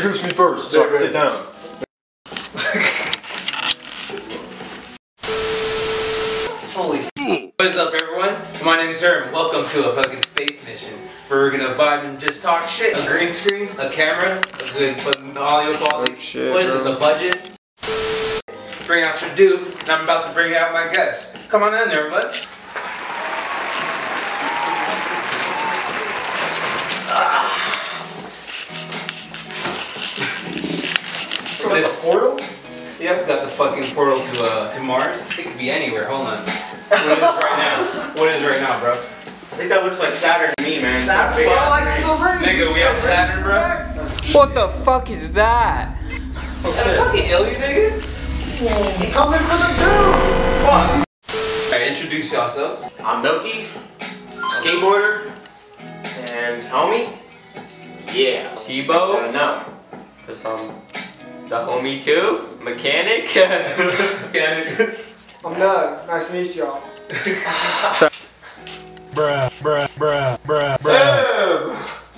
first, so I can sit down. Holy f- What is up, everyone? My name's Herm. Welcome to a fucking space mission where we're gonna vibe and just talk shit. A green screen, a camera, a good fucking audio quality. Oh, shit, what is bro. this, a budget? Bring out your dude, and I'm about to bring out my guest. Come on in there, bud. From This- the portal? Yep, got the fucking portal to uh to Mars. It could be anywhere. Hold on. What is right now? What is right now, bro? I think that looks like Saturn to me, man. It's got big Well, I ass still rings. breathe. Nigga, we on Saturn, bro. Oh, What the fuck is that? Is that a fucking alien, nigga? He coming for the Fuck. Alright, introduce yourselves. I'm Milky, skateboarder, and homie. Yeah. Tebow? Uh, no. Cause I'm the homie too? Mechanic? dude. I'm Nug. Nice to meet y'all.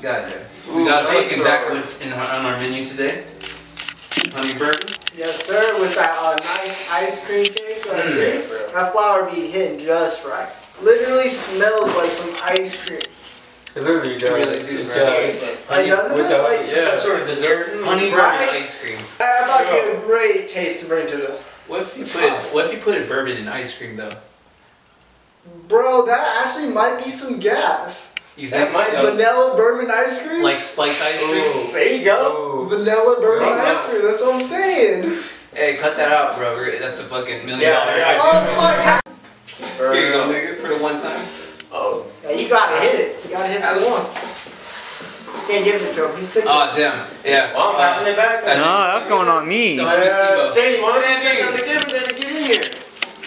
Gotcha. We got a fucking backwood in our, on our menu today. Honey burger. Yes, sir. With that uh, nice ice cream cake on a Hmm. tree. That flour be hitting just right. Literally smells like some ice cream. It literally does. really do, It bro. does. Like, doesn't it? without- Like, yeah. Some sort of dessert. Honey bourbon Right? ice cream. I thought it'd be a great taste to bring to the. What if you put what if you put bourbon in ice cream though? Bro, that actually might be some gas. You That think might so? Vanilla bourbon ice cream? like spiked ice cream? There you go. Oh. Vanilla bourbon Bro, ice no. cream. That's what I'm saying. Hey, cut that out, bro. We're- That's a fucking million Yeah, dollar yeah. Oh my god. idea. Here you go, nigga, for the one time. Oh. Yeah, you gotta hit it. You gotta hit for one. Can't give it to him. He's sick. Oh damn. Yeah. Well, I'm uh, passing it back. I- then. Nah, that's going on me. Don't- Uh, Sandy, why don't you Sandy. sit on the camera then and get in here?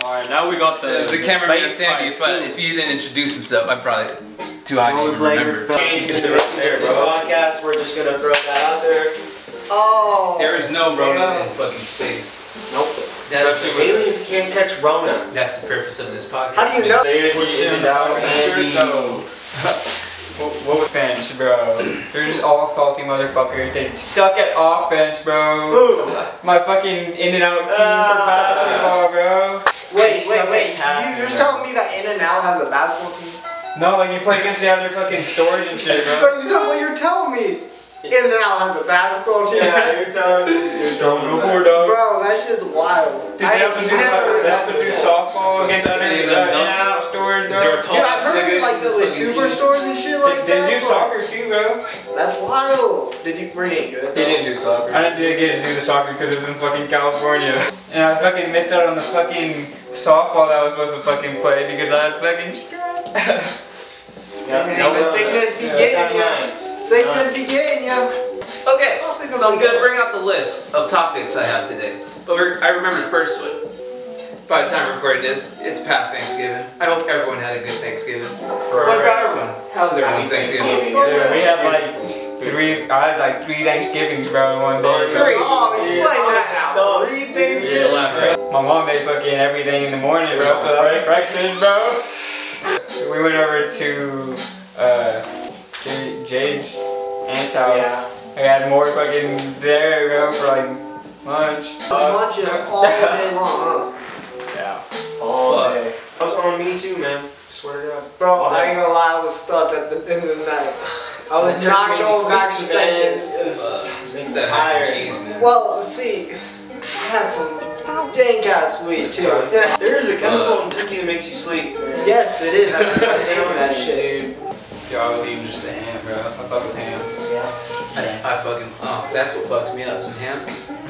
Alright, now we got the, It's the cameraman space Sandy, fight. if, I, if he didn't introduce himself, I probably too high to even remember. Change is right there, bro. This podcast, we're just gonna throw that out there. Oh. There is no Rona Yeah. in fucking space. Nope. That's the, Aliens can't catch Rona. that's the purpose of this podcast. How do you man. know? They push him down and What offense, bro? They're just all salty motherfuckers. They suck at offense, bro. My fucking in and out team for basketball, bro. Wait, wait, wait. happened You, you're telling me that In and Out has a basketball team? No, like you play against the other fucking stores and shit, bro. So you tell me you're telling me In and Out has a basketball team? Yeah, you're telling You're Go telling for it, dog. Bro, that shit's wild. Dude, they also do, never heard they also that do before. softball against other Any in of and them dunk? out stores, Is there bro. a tall Dude, I've ass heard nigga? of, like the This like, fucking team? superstores and shit like They, they do that. bro. soccer too, bro. That's wild. Did you bring it good? They didn't do soccer. I didn't get to do the soccer because it was in fucking California. And I fucking missed out on the fucking softball that I was supposed to fucking play because I had fucking stress. And the sickness be getting ya. Sickness be getting ya. Okay, I don't think so I'm I'm gonna gonna- bring out the list of topics I have today. But we're, I remember the first one. By the time recording this, it's past Thanksgiving. I hope everyone had a good Thanksgiving. What about everyone? How's everyone's Happy Thanksgiving? Thanksgiving. Dude, we had like three. I had like three Thanksgivings, bro, in one day. Three. Oh, explain that now. Stuff. Three things Yeah, elaborate. My mom made fucking everything in the morning, bro. So that was breakfast, bro. We went over to uh, J- Jade's aunt's house. Yeah. I had more fucking there, bro, for like lunch. I'm munching all day long, huh? Yeah. All Fuck. day. That's on me too, man. Swear to God. Bro, All I day. ain't gonna lie, I was stuffed at the end of the night. I was not going back for seconds. Uh, it's It's that mac and tired. cheese, man. Well, see, I had some dank ass weed too. Yeah. There is a chemical Uh, in turkey that makes you sleep. Yes, it is. I'm not taking that shit. Yo, I was eating just the ham, bro. I fuck with ham. I fucking oh, that's what fucks me up. Some ham,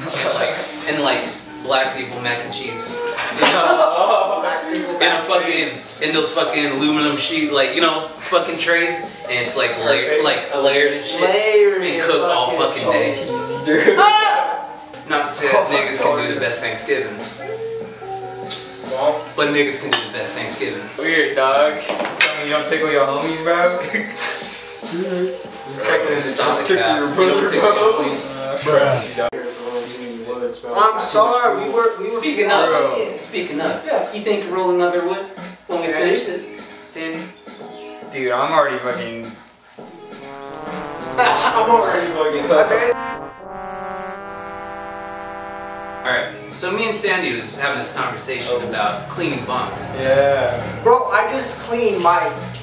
like and like black people mac and cheese. You know, Oh. Black people in a back. fucking in those fucking aluminum sheet, like you know, it's fucking trays, and it's like layer, Perfect. like layered and shit. Layered It's been and cooked all fucking fucking day. Dude. Not to say that niggas can do the best Thanksgiving, but niggas can do the best Thanksgiving. Weird, dog. Tell me you don't tickle your homies, bro. Stop the Tickle cap. your You don't brother, take bro. your homies. I'm sorry, we were we were Speaking flying. of, speaking of, Yes. you think roll another wood when we Sandy? finish this, Sandy? Dude, I'm already fucking. I'm already fucking. I married Alright, so me and Sandy was having this conversation about cleaning bongs. Yeah. Bro, I just cleaned my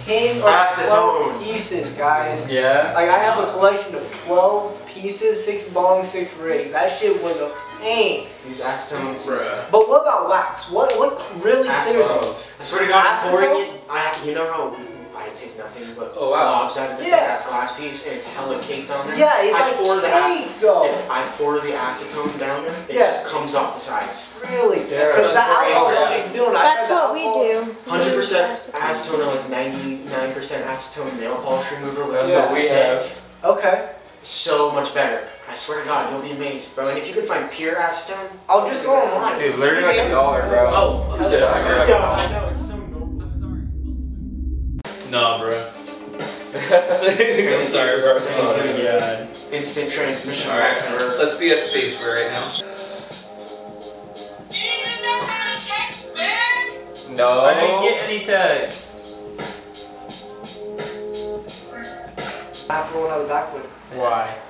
10 or Acetone. 12 pieces, guys. Yeah. Like, I have a collection of 12 pieces, 6 bongs, 6 rigs. That shit was a pain. Use acetone. Bruh. But what about wax? What what really clears Acetone. I swear to God, I'm pouring Acetone? it. I, you know how we- I take nothing but Oh, wow. globs out of the Yes. glass piece and it's hella caked on there? Yeah, it's I like pour the cake, acet- though. Dude, I pour the acetone down there, it Yeah. just comes off the sides. Really? Yeah. Because the alcohol, that shit you do, and I That's tried the what we alcohol. do. 100% acetone, or like 99% acetone nail polish remover with That's what we scent. have. Okay. So much better. I swear to God, you'll be amazed, bro. And if you can find pure acetone, I'll just go online. Dude, literally like a dollar, bro. Oh, Is it a hundred? Yeah, I know, it's so noble. Nah, bro. I'm sorry, bro. Yeah. Instant transmission All right. back to Earth. Let's be at space for right now. No. I didn't get any tags. I have to go another backflip. Why? Why?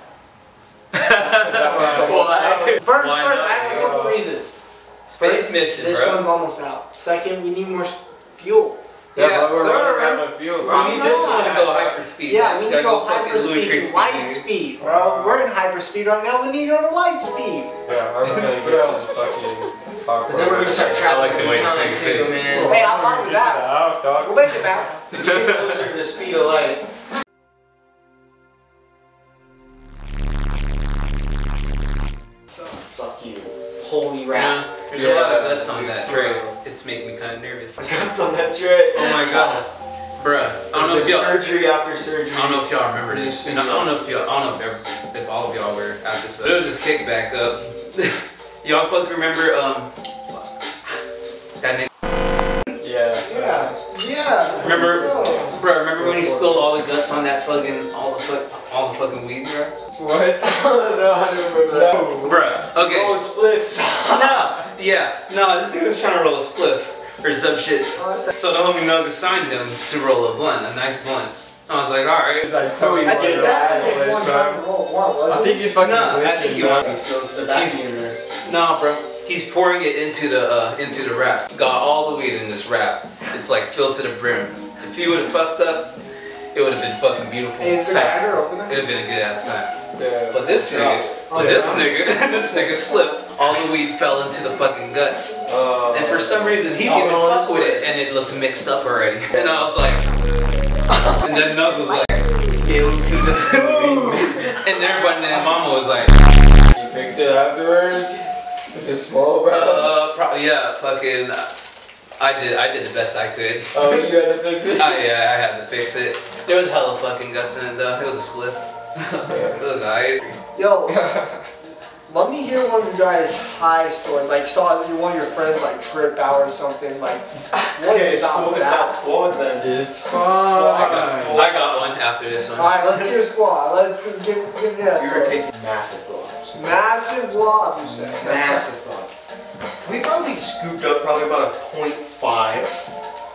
First, first, Why not? I have a couple reasons. Space mission, This bro. one's almost out. Second, we need more s- fuel. Yeah, Yeah, but we're third. running out of fuel. I need this No. one to go hyperspeed. Yeah, we need to Gotta go fucking hyper speed ludicrous to light dude. speed, bro. We're in hyper speed right now. We need to go to light speed. Yeah, I'm gonna get some fucking popcorn. But then we're gonna start traveling like the in way you time say too, things. man. Hey, I'm fine with Get to that. the house, dog. We'll make it back. Getting closer to the speed of light. Fuck you. Holy Yeah, rat. there's a lot of Yeah. guts on that tray. It's making me kind of nervous. Guts on that tray. Oh my god, bruh. I don't know There's if been y'all. surgery after surgery. I don't know if y'all remember this. And I don't know if y'all. I don't know if, ever, if all of y'all were at this. But it was this kickback up. y'all fucking remember um. fuck. That nigga. Yeah. Yeah. Yeah. Remember- let's go. Bro, remember when he spilled all the guts on that fucking all the fuck all the fucking weed, bro? What? no, I don't remember that. No. Bruh, okay. Oh, it's flips. Nah, yeah, nah, this nigga was trying to roll a spliff or some shit. So the homie Nug assigned him to roll a blunt, a nice blunt. I was like, alright. It's like totally I think wild. that's the next one time to roll one, I wasn't think it? he's fucking Nah, I glitching, think he bro. was. It's the vacuum in there. Nah, bro. He's pouring it into the uh, into the wrap. Got all the weed in this wrap. It's like filled to the brim. If he would have fucked up, it would have been fucking beautiful. Hey, is the Fat. grinder open there? It'd have been a good ass time. Yeah. But this nigga, Oh, but this nigga, this nigga slipped. All the weed fell into the fucking guts. Uh, And for some reason, he Oh, didn't no, fuck this with it, and it looked mixed up already. And I was like, and then Nug was like, "Give him to the-" and everybody and Mama was like, you fix it afterwards. Is it small, bro? uh, pro- yeah, fucking, I did, I did the best I could. oh, you gotta fix it. I, yeah, I had to fix it. There was hella fucking guts in it though. It was a split. it was alright. Yo, let me hear one of you guys' high stories. Like, saw your- one of your friends like trip out or something. Like, what Okay, is so about it's not that? squad then. It's I fine. got, I got one after this All one. right, let's hear squad. Let's give give me that We were story. taking massive globs. Massive blob, you said. Massive globs. We probably scooped up probably about a point five.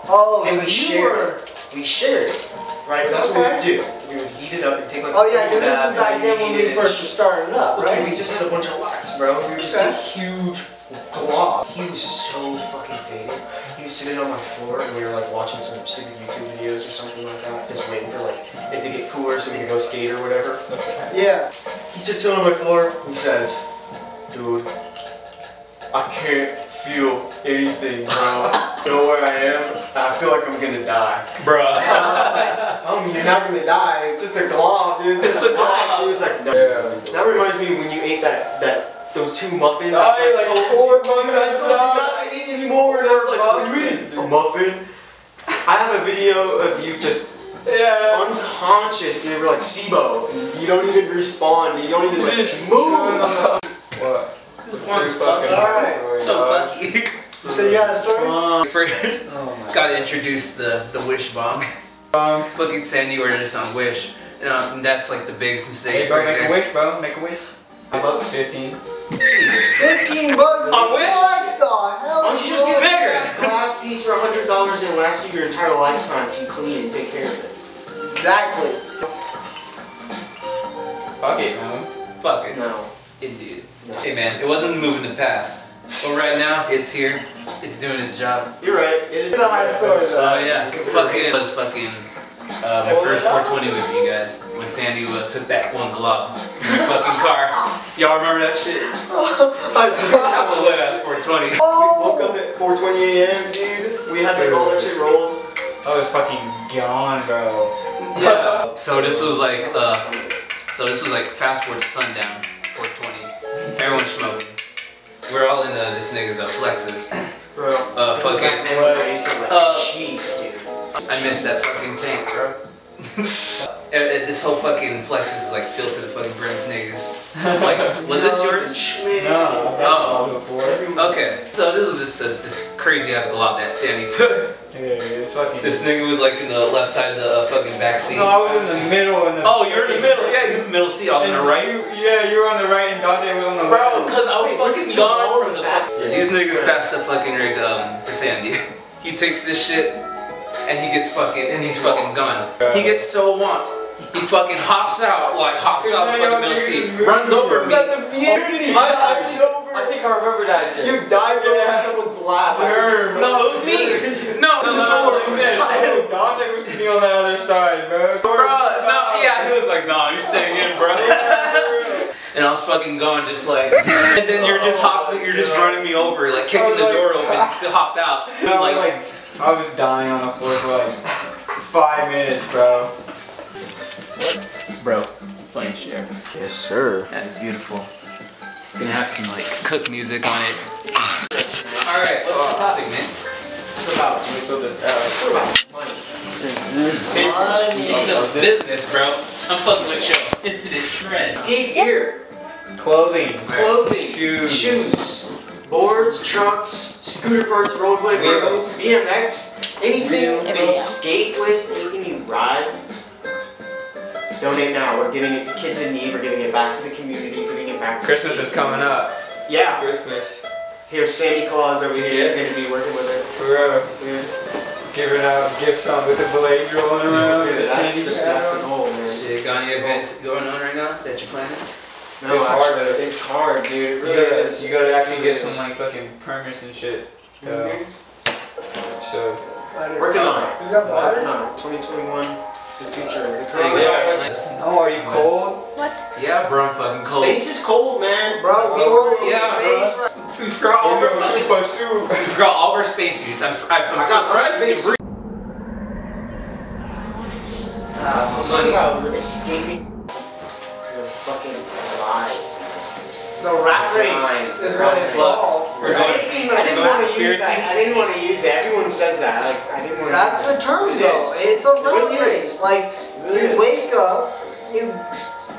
Oh, And so we you shared. were. We shared it, right? That's what we would do. Okay. We would heat it up and take like. Oh yeah, because because this was back then when we first were starting up, Right? right? We just had a bunch of wax, bro. We were just a Okay. huge glob. He was so fucking faded. He was sitting on my floor and we were like watching some stupid YouTube videos or something like that, just waiting for like it to get cooler so we could go skate or whatever. Yeah. He's just chilling on my floor. He says, "Dude, I can't feel anything, bro. you know where I am? I feel like I'm gonna die." Bruh. Homie, you're not gonna die. It's just a glob. dude. It's just It's a a glob. glob. He was like, no. Yeah. That reminds me when you ate that that those two muffins. Oh, you're like told four you, dude, I muffins, told you dog. not to eat anymore, and I was like, Four what do you muffins, mean? A muffin? I have a video of you just Yeah. unconscious, dude. We're like SIBO. and You don't even respond. You don't even like Just move. What? This one's fucked up. Alright. So fuck you. So you got a story? First, Oh my. got to introduce the, the wish bomb. Um, Fucking Sandy orders this on Wish. And, um, that's like the biggest mistake. hey, bro, right make a there. wish, bro. Make a wish. I love this. Fifteen. Fifteen bucks. On Wish? What the hell? Why don't you just get a Bigger. big-ass glass piece for hundred dollars and it'll last you your entire lifetime if you clean and take care of it? Exactly. Fuck it, man. Fuck it. No. Indeed. Hey man, it wasn't a move in the past. But right now, it's here. It's doing its job. You're right. It is It's a high story though. So yeah, it's fucking it was fucking uh, my first 420 with you guys when Sandy uh, took that one glove in the fucking car. Y'all remember that shit? That was a lit ass 420. Woke up at 4:20 a.m., dude. We had to call that shit rolled. I was fucking gone, bro. Yeah. So this was like uh, so this was like fast forward to sundown, 420. Everyone smoking. We're all in uh, this nigga's uh, flexes. Bro. Uh, This is back fucking. then when I used to like Uh, chief, dude. I miss that fucking tank, bro. Uh, uh, this whole fucking flexes is like filled to the fucking brim with niggas. Like, was this yours? Schmidt. No. Oh. Before. Okay, so this was just a, this crazy ass glove that Sandy took. Yeah, it's fucking. This nigga was like in the left side of the uh, fucking back seat. No, I was in the middle in the. Oh, you're in the middle. Yeah, he was middle seat. I was in the And right. You, yeah, you were on the right and Dante was on the Bro, left. because I Wait, was where's fucking the gone ball from the back? back. These Yeah. niggas passed the fucking rig to, um, to Sandy. he takes this shit and he gets fucking and he's fucking gone. He gets so want. He fucking hops out, like hops out the fucking middle seat, runs over Was me. that the Fury? I- I- Dived over. I think I remember that shit. You dived over Yeah. someone's lap. I Sure, bro. No, it was me. No, no, no, no, no, no. Oh, Dante was sitting on the other side, bro. Bro, no, yeah, he was like, nah, you staying in, bro. and I was fucking going, just like, and then you're just hopping, you're just running me over, like kicking the door open to hop out. I was Like, like, I was dying on the floor for like five minutes, bro. bro, playing share. Yes, sir. That is beautiful. Gonna have some like cook music on it. All right, what's the topic, man? uh, Money. Speaking Business. of business, bro, I'm fucking with you. Into this shred. Skate gear. Clothing. Clothing. Shoes. Shoes. Boards, trucks, scooter parts, rollerblade, Wheels. wheels, BMX, anything you Everything. skate with, anything you ride. Donate now. We're giving it to kids in need. We're giving it back to the community. Giving it back to Christmas is coming up. Yeah. Christmas. Here, Santa Claus over here is Yeah. going to be working with us. Bro, giving out gifts on with the blade rolling around. Dude, with the that's, sandy the, that's the shadow. goal, man. Shit, got any events going on right now that you're planning? No, It's actually, hard, though. It's hard, dude. It You really gotta, is. you gotta actually Really get some is. like fucking permits and shit. Mhm. So Working on it. Who's got Working water? on it. 2021 is the future. The coronavirus. Yeah. Oh, are you cold? Yeah, bro, I'm fucking cold. Space is cold, man. Bro, we ordered Yeah, space. Space, We forgot all Oh, of our no, fucking- super soup. we forgot all of our spacesuits. I'm, I'm, I'm I got my surprised we space. didn't Uh, Money. about escaping the fucking lies. The rat race Fine. is what it's Fine. called. We're going- Escaping the I didn't want to use that. I didn't want to use that. Everyone says that. Like I didn't want to. That's the term It though. is. It's a It really rat race. is. Like It really you is. wake up, you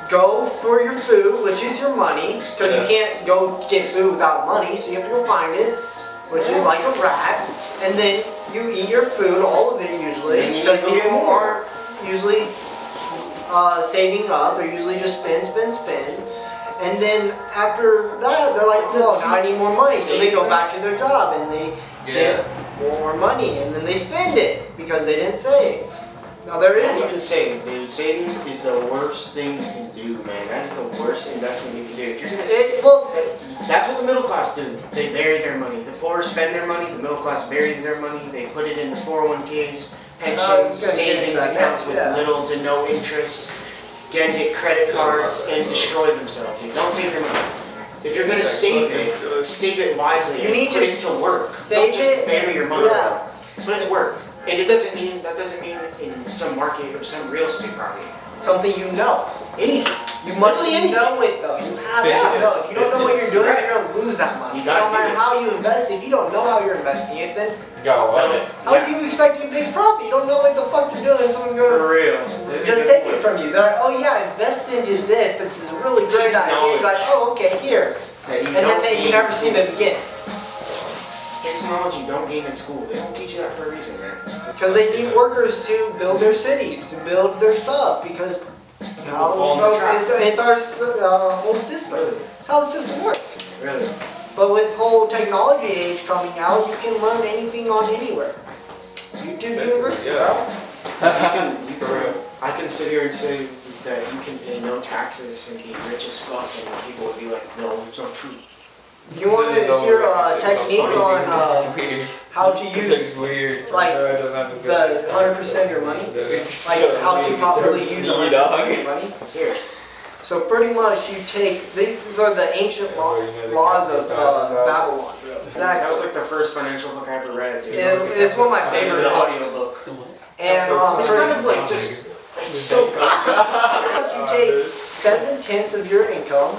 go for your food, which is your money, because you can't go get food without money, so you have to go find it, which is like a rat. And then you eat your food, all of it usually, And you because need to get people more. aren't usually uh, saving up. They're usually just spend, spend, spend. And then after that, they're like, well, now I need more money. So they go back to their job and they Yeah. get more money and then they spend it because they didn't save. Now there It isn't is. even saving, dude. Saving is the worst thing you can do, man. That is the worst investment you can do. If you're gonna save, It, well, that's what the middle class do. They bury their money. The poor spend their money. The middle class buries their money. They put it in the 401ks, Oh, pensions, it's gonna get savings back accounts up, with yeah. little to no interest. Again, get credit cards and destroy themselves. Dude. Don't save your money. If you're gonna save it, save it wisely. You and need put to it to work. save Don't just it, bury your money. yeah. Put it to work. And it doesn't mean that doesn't mean in some market or some real estate property. something you know. Anything. You must Literally anything. know it though. You have to Business. know. If you don't know what you're doing, you're gonna lose that money. You It gotta don't do matter it. how you invest. If you don't know how you're investing it, then You gotta love it. how do you expect to make profit? You don't know what the fuck you're doing. Someone's gonna For real. just take it from you. They're like, oh yeah, invest into this. This is a really great Takes idea. You're like, knowledge. oh okay, here. That you And then don't they, you gain never in see school. them again. It's knowledge you don't gain in school. They don't teach you that for a reason, man. Because they need workers to build their cities, to build their stuff, because how, fall in the trap. it's, it's our s- uh, whole system. It's how the system works. Really. But with whole technology age coming out, you can learn anything on anywhere. YouTube University. Yeah. You can, you can, I can sit here and say that you can pay no taxes and be rich as fuck, and people would be like, no, it's not true. You want This is to all- hear a this is so technique funny. on This uh, is weird. how to This use, is weird. like, Bro, it doesn't have to be the like that. 100% of your money? like how to properly use a You dog. hundred money? Here. So pretty much you take, these are the ancient law, laws of uh, Babylon. That was Exactly. like the first financial book I ever read, dude. And it's one of my It's favorite an books. audio book. And um, It's kind of like just. It's so basic. you take seven tenths of your income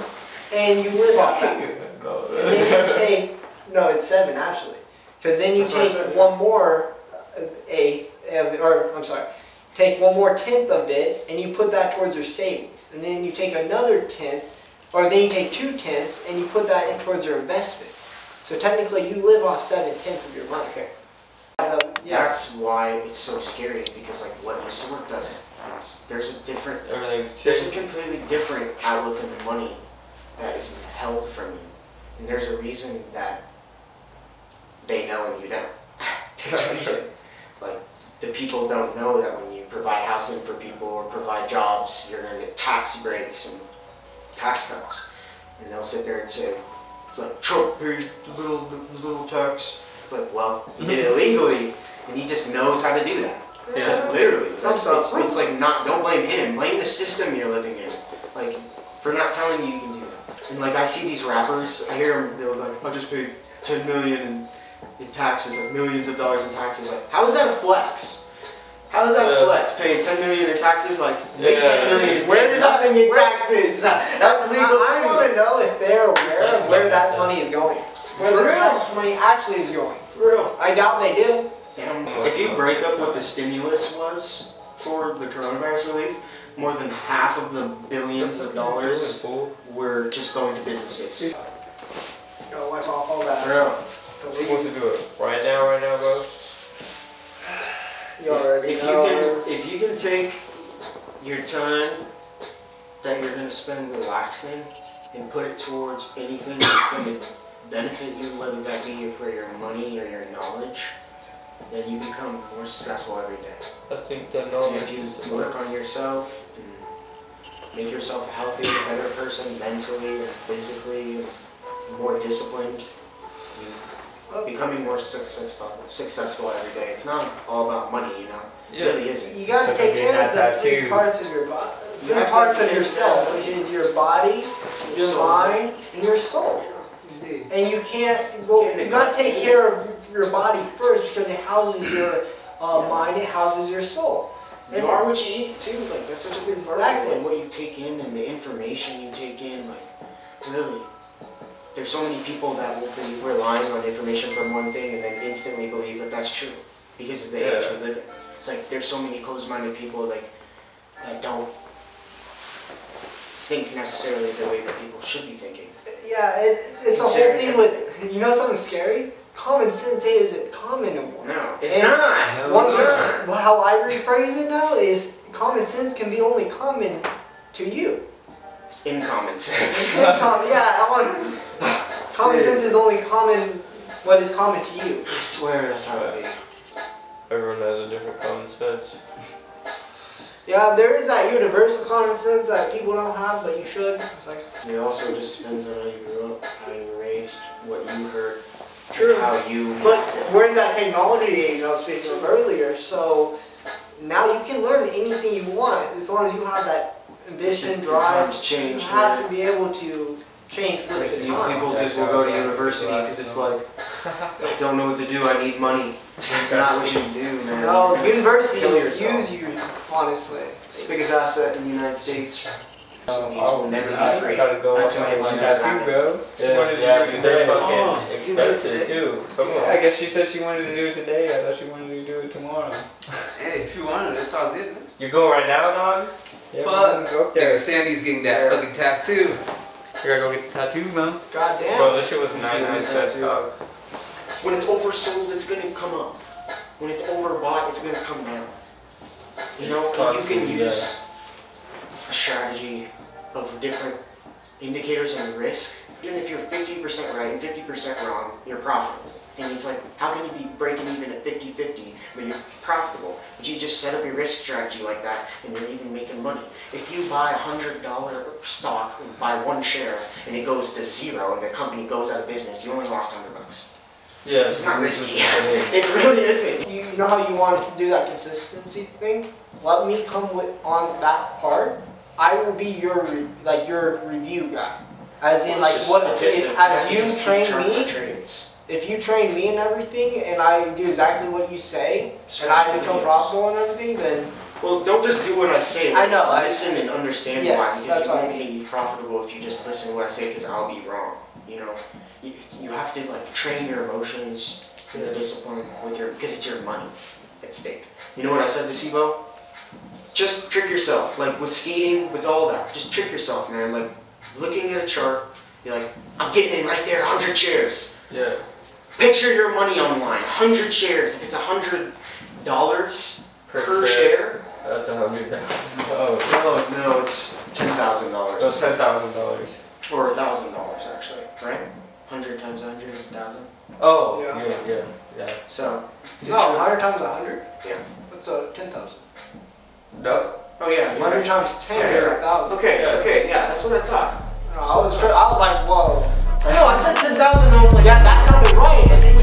and you live off it. And then you take, no, it's seven actually. Because then you That's what I take said. one more uh, eighth, of- or I'm sorry, take one more tenth of it and you put that towards your savings. And then you take another tenth, or then you take two tenths and you put that in towards your investment. So technically you live off seven tenths of your money. Okay. So, yeah. That's why it's so scary, is because like what used to work doesn't. It's- There's a different, Everything's there's a shit. completely different outlook on money that is held from you. And there's a reason that they know and you don't. There's a reason. Like, the people don't know that when you provide housing for people or provide jobs, you're gonna get tax breaks and tax cuts. And they'll sit there and say, like, Trump paid the little, the little tax. It's like, well, he did it illegally, and he just knows how to do that. Yeah. Like, literally. It's, like, Some stuff. it's, it's like, not, don't blame him, blame the system you're living in. Like, for not telling you you can do that. And like, I see these rappers, I hear them, they're like, I just paid 10 million in, in taxes, like millions of dollars in taxes. Like, how is that a flex? How is that a Yeah. flex? Paying 10 million in taxes, like, make 10 Yeah. million. Where does that thing get taxes? That's I, I want to know if they're aware of That's where not that bad. money is going. For Where real. the tax money actually is going. For real. I doubt they do. If you break up what the stimulus was for the coronavirus relief, more than half of the billions of dollars were just going to businesses. Gotta wipe off all that. supposed to do it right now, right now, bro. You already if you know. can, if you can take your time that you're gonna spend relaxing and put it towards anything that's gonna benefit you, whether that be for your money or your knowledge, then you become more successful every day. I think that And knowledge if is you work on yourself and make yourself a healthier, better person mentally and physically, and more disciplined, you becoming more successful, successful every day. It's not all about money, you know. It really isn't. You gotta So take you care of have to the three have two. parts of your body, You three have to parts of take yourself, care of which is your body, your Soul. mind, and your soul. And you can't. Well, Can't you gotta neglect take it. care of your body first because it houses your uh, mind. It houses your soul. You are what you eat too. Like that's such a big part. of it. Exactly. Like what you take in and the information you take in. Like really, there's so many people that will be relying on information from one thing and then instantly believe that that's true because of the age we live in. It's like there's so many closed-minded people like that don't think necessarily the way that people should be thinking. Yeah, it, it's a whole Considering thing with. You know something scary? Common sense isn't common anymore. No, it's And not. One it's thing, not. well, how I rephrase it now is common sense can be only common to you. It's in common sense. It's common- yeah, I want, common sense is only common what is common to you. I swear that's how it be. Everyone has a different common sense. Yeah, there is that universal common sense that people don't have, but you should. It's like, It also just depends on how you grew up, how you were raised, what you heard, True. and how you. but we're in that technology age I was speaking of earlier, so now you can learn anything you want as long as you have that ambition, The drive. times change, You have man. to be able to change with the You know, times. people just will go to university because it's like, I don't know what to do. I need money. It's not what you do, man. You're No, gonna kill universities yourself. use you, honestly. It's the biggest asset in the United States. These will never Oh, I be free. gotta go That's why on I my do Tattoo, that. bro. She Yeah, wanted to yeah, do it dude, today. they're fucking Oh, you can do it expensive today. too. Some of I them. guess she said she wanted to do it today. I thought she wanted to do it tomorrow. Hey, if you wanted, it's all good. man. You going right now, dog? Yeah, Fuck. we're gonna Go up there. Nigga, Sandy's getting that fucking tattoo. You gotta go get the tattoo, man. God Bro, damn. this shit was nine gonna nine be cents, tattoo. dog. When it's oversold, it's gonna come up. When it's overbought, it's gonna come down. You know, and you can Constantly, use a strategy of different indicators and risk. Even if you're 50% right and 50% wrong, you're profitable. And he's like, how can you be breaking even at 50-50, but you're profitable? But you just set up your risk strategy like that, and you're even making money. If you buy a hundred dollar stock, and buy one share, and it goes to zero, and the company goes out of business, you only lost hundred bucks. Yeah. It's not risky. it really isn't. You, you know how you want us to do that consistency thing? Let me come with, on that part. I will be your re, like your review guy, as in like It's just what statistics. if, as You you just keep train track of me. trades. If you train me and everything, and I do exactly what you say, So and I that's become what it is. profitable and everything, then Well, don't just do what I say. I know, I- Listen and understand Yes, why, because that's you what I won't be profitable if you just listen to what I say, because I'll be wrong. You know, you, you have to like train your emotions, your discipline with your because it's your money at stake. You know what I said to Sibo? Just trick yourself, like with skating, with all that. Just trick yourself, man. Like looking at a chart, you're like, I'm getting in right there, hundred shares. Yeah. Picture your money online, 100 shares. If it's $100 per, share, That's a hundred thousand dollars. oh no, it's $10,000. No, ten thousand dollars. Or $1,000 actually, right? 100 times 100 is 1,000. Oh. Yeah. Yeah. Yeah. Yeah. So, no, oh, hundred times hundred. Yeah. What's a ten thousand? No. oh yeah. you're Hundred right. times ten Yeah. is a thousand. Okay, Yeah. okay, yeah, that's what I thought. I was, tr- I was like, whoa. No, I said 10,000 and I'm like, Yeah, that sounded right. and then when